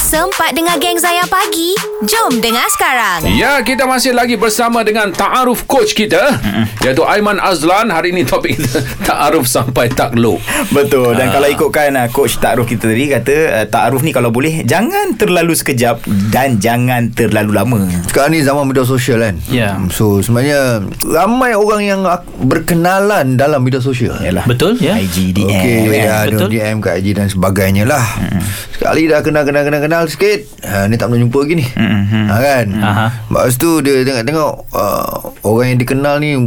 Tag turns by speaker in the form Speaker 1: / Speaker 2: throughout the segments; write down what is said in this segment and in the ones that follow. Speaker 1: sempat dengar geng Zayan pagi? Jom dengar sekarang.
Speaker 2: Ya, kita masih lagi bersama dengan Ta'aruf Coach kita mm-hmm. Iaitu Aiman Azlan Hari ini topik kita Ta'aruf sampai takluk
Speaker 3: Betul
Speaker 4: Ah.
Speaker 3: Dan kalau ikutkan uh, Coach Ta'aruf kita tadi Kata uh, Ta'aruf ni kalau boleh Jangan terlalu sekejap Dan jangan terlalu lama
Speaker 5: Sekarang ni zaman media sosial kan
Speaker 4: Ya.
Speaker 5: So sebenarnya Ramai orang yang ak- berkenalan dalam media sosial
Speaker 3: Yalah
Speaker 4: Betul, ya.
Speaker 3: IG, DM
Speaker 5: Okey
Speaker 3: kan?
Speaker 5: dah ada
Speaker 4: betul.
Speaker 5: DM kat IG dan sebagainya lah hmm. Sekali dah kenal kenal kenal kenal sikit ha, Ni tak pernah jumpa lagi ni
Speaker 3: Mm-hmm.
Speaker 5: hmm. ha, kan
Speaker 4: Aha.
Speaker 5: Lepas tu dia tengok-tengok uh, Orang yang dikenal ni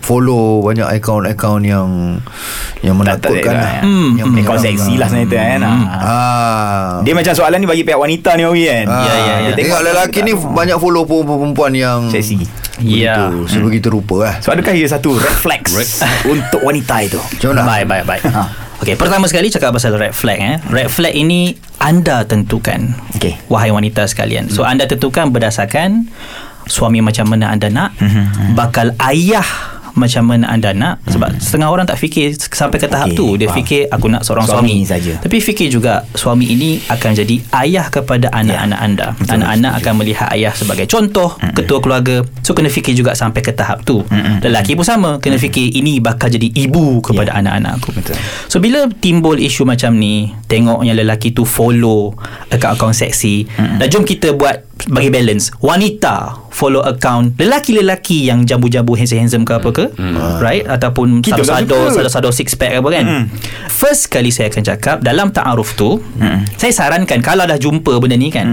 Speaker 5: Follow banyak akaun-akaun yang Yang
Speaker 3: Tak
Speaker 5: menakutkan
Speaker 3: ada
Speaker 5: lah.
Speaker 3: dah. Hmm.
Speaker 5: Yang
Speaker 3: Kau
Speaker 5: menyeramkan.
Speaker 3: seksi lah sebenarnya tu
Speaker 4: Hmm,
Speaker 3: kan Ah.
Speaker 5: Ah.
Speaker 3: Dia macam soalan ni bagi pihak wanita ni Ori kan
Speaker 4: Ya,
Speaker 5: Ah,
Speaker 3: Dia
Speaker 5: Tengok lelaki ni banyak follow perempuan-perempuan yang
Speaker 3: Seksi
Speaker 4: Ya.
Speaker 5: Begitu, sebegitu rupa lah
Speaker 3: So adakah ia satu red flags Untuk wanita itu
Speaker 5: Macam mana?
Speaker 4: Baik, baik, baik. Ha. Okey, pertama sekali cakap pasal red flag eh. Red flag ini anda tentukan.
Speaker 3: Okey. Hmm.
Speaker 4: Wahai wanita sekalian. So anda tentukan berdasarkan suami macam mana anda nak,
Speaker 3: Hmm,
Speaker 4: bakal ayah macam mana anda nak sebab setengah orang tak fikir sampai ke tahap
Speaker 3: Hmm. Okey,
Speaker 4: tu dia
Speaker 3: faham.
Speaker 4: fikir aku nak seorang
Speaker 3: Suami
Speaker 4: suami,
Speaker 3: saja.
Speaker 4: tapi fikir juga suami ini akan jadi ayah
Speaker 3: Ya.
Speaker 4: kepada anak-anak anda anak-anak akan melihat ayah sebagai contoh ketua keluarga so kena fikir juga sampai ke tahap tu lelaki pun sama kena fikir ini bakal jadi ibu kepada anak-anak aku
Speaker 3: Ya. Betul.
Speaker 4: So bila timbul isu macam ni Tengoknya lelaki tu follow Akaun-akaun seksi Dan jom kita buat Bagi balance Wanita Follow account Lelaki-lelaki yang jambu-jambu Handsome-handsome ke apa ke Right
Speaker 3: Hmm.
Speaker 4: Ataupun
Speaker 3: Ah. Kita tak
Speaker 4: Sado-sado
Speaker 3: suka. Hmm.
Speaker 4: Sado-sado six pack apa kan First kali saya akan cakap Dalam ta'aruf tu
Speaker 3: Hmm.
Speaker 4: Saya sarankan Kalau dah jumpa benda ni kan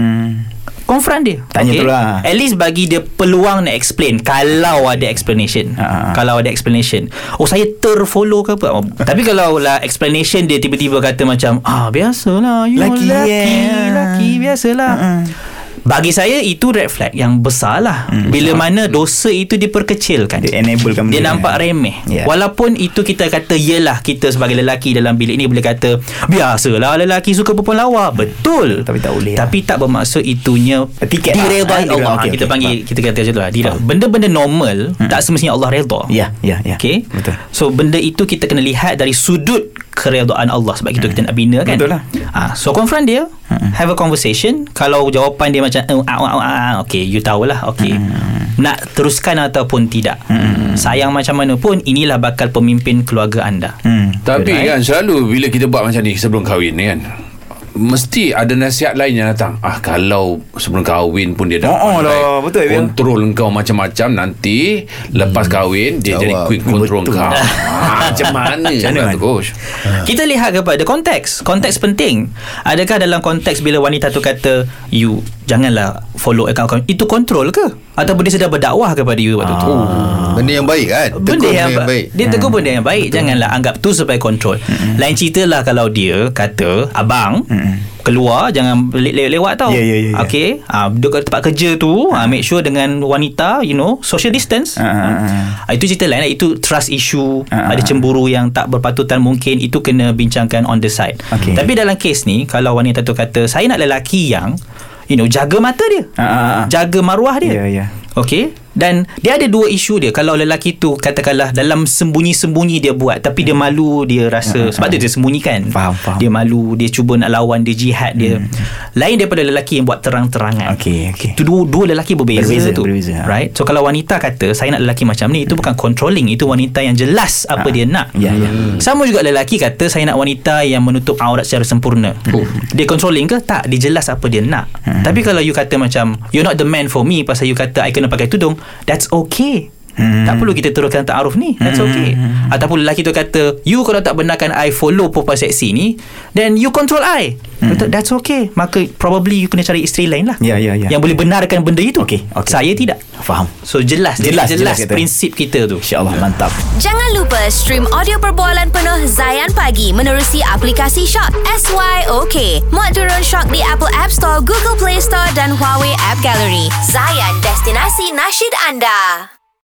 Speaker 4: Confront dia
Speaker 3: Tanya tu lah.
Speaker 4: At least bagi dia peluang nak explain Kalau ada explanation
Speaker 3: Ha, ha.
Speaker 4: Kalau ada explanation Oh saya terfollow ke apa Oh, Tapi kalau lah explanation dia tiba-tiba kata macam Ah biasalah you
Speaker 3: Laki,
Speaker 4: laki, laki,
Speaker 3: yeah."
Speaker 4: laki Biasalah Bagi saya itu red flag yang besar lah Bila mana dosa itu
Speaker 3: Mm,
Speaker 4: diperkecilkan
Speaker 3: Dia enablekan
Speaker 4: dia
Speaker 3: benda
Speaker 4: nampak
Speaker 3: ni.
Speaker 4: remeh
Speaker 3: Ya.
Speaker 4: yeah. Walaupun itu kita kata Yelah kita sebagai lelaki Dalam bilik ni boleh kata Biasalah lelaki suka perempuan lawa Betul
Speaker 3: Tapi tak boleh lah.
Speaker 4: Tapi tak bermaksud itunya
Speaker 3: Tiket lah.
Speaker 4: Diredai
Speaker 3: Ah,
Speaker 4: Allah
Speaker 3: diredai. Okey,
Speaker 4: Kita
Speaker 3: okey,
Speaker 4: panggil
Speaker 3: faham. Hmm.
Speaker 4: Kita kata macam tu lah Diredai. Benda-benda normal Tak semestinya Allah redha
Speaker 3: Ya, ya, ya.
Speaker 4: Okay
Speaker 3: Betul.
Speaker 4: So benda itu kita kena lihat Dari sudut keredaan Allah Sebab itu kita nak bina
Speaker 3: Hmm.
Speaker 4: kan
Speaker 3: Betul lah. Hmm.
Speaker 4: ha, So confront dia Have a conversation Kalau jawapan dia macam "Eh, ah, ah, ah, ah," Okay you tahulah Okay
Speaker 3: Hmm.
Speaker 4: Nak teruskan ataupun tidak Sayang macam mana pun Inilah bakal pemimpin keluarga anda
Speaker 3: Hmm.
Speaker 2: Tapi kan selalu bila kita buat macam ni sebelum kahwin ni kan Mesti ada nasihat lain yang datang Ah kalau sebelum kahwin pun dia dah
Speaker 3: Oh, oh
Speaker 2: pandai
Speaker 3: lah, betul, Bil.
Speaker 2: Kontrol kau macam-macam Nanti lepas kahwin Dia
Speaker 5: Jawab.
Speaker 2: jadi quick control
Speaker 3: Betul.
Speaker 2: kau ah, Macam mana
Speaker 3: Macam
Speaker 2: Macam
Speaker 3: mana?
Speaker 2: mana coach
Speaker 4: Kita lihat kepada konteks. Konteks penting. Adakah dalam konteks bila wanita tu kata you janganlah follow akaun-akaun itu kontrol ke? Ataupun dia sedang berdakwah kepada you waktu
Speaker 3: Ah.
Speaker 4: tu?
Speaker 5: Benda yang baik kan
Speaker 4: Hmm. Benda
Speaker 5: Tegur
Speaker 4: yang, ba-
Speaker 5: baik
Speaker 4: Dia tegur
Speaker 3: Hmm.
Speaker 4: benda yang baik Janganlah anggap tu sebagai kontrol Lain cerita lah Kalau dia kata Abang Keluar Jangan le- le- lewat tau
Speaker 3: Hmm. Ya, ya, ya, Hmm. ya.
Speaker 4: Okay ha, Dekat tempat kerja tu ha, Make sure dengan wanita You know Social distance
Speaker 3: Ha, ha, ha.
Speaker 4: Ah, Itu cerita lain lah. Itu trust issue
Speaker 3: Ah,
Speaker 4: Ada
Speaker 3: ah.
Speaker 4: cemburu yang tak berpatutan Mungkin itu kena bincangkan on the side
Speaker 3: Okey.
Speaker 4: Tapi dalam kes ni Kalau wanita tu kata Saya nak lelaki yang You know Jaga mata dia
Speaker 3: Ah, ah, ah.
Speaker 4: Jaga maruah dia
Speaker 3: Ya, ya.
Speaker 4: Okey dan dia ada dua isu dia kalau lelaki tu katakanlah dalam sembunyi-sembunyi dia buat tapi dia malu dia rasa sebab tu dia
Speaker 3: Hmm.
Speaker 4: sembunyikan
Speaker 3: Faham, faham. Hmm.
Speaker 4: dia malu dia cuba nak lawan dia jihad dia lain daripada lelaki yang buat terang-terangan
Speaker 3: Okey, okey.
Speaker 4: itu dua, dua lelaki berbeza,
Speaker 3: Berbeza,
Speaker 4: tu
Speaker 3: berbeza, ha.
Speaker 4: right so kalau wanita kata saya nak lelaki macam ni itu bukan controlling itu wanita yang jelas apa dia nak
Speaker 3: Ya, ya.
Speaker 4: sama juga lelaki kata saya nak wanita yang menutup aurat secara sempurna. Oh. Dia controlling ke? Tak, dia jelas apa dia nak.
Speaker 3: Ha.
Speaker 4: Hmm. Tapi kalau you kata macam you're not the man for me pasal you kata I kena pakai tudung, that's okay. Hmm. Tak perlu kita teruskan ta'aruf ni That's okay hmm. Ataupun lelaki tu kata You kalau tak benarkan I follow perempuan seksi ni Then you control I hmm. That's okay Maka probably you kena cari isteri lain lah
Speaker 3: Ya, ya, ya.
Speaker 4: Yang boleh benarkan benda itu
Speaker 3: Okey, okey.
Speaker 4: Saya tidak
Speaker 3: Faham
Speaker 4: So
Speaker 3: Jelas,
Speaker 4: jelas Jelas,
Speaker 3: jelas
Speaker 4: jelas,
Speaker 3: kita.
Speaker 4: prinsip kita tu
Speaker 3: InsyaAllah mantap
Speaker 1: Jangan lupa stream audio perbualan penuh Zayan pagi menerusi aplikasi Shock SYOK. Muat turun Shock di Apple App Store, Google Play Store dan Huawei App Gallery. Zayan, destinasi nasyid anda.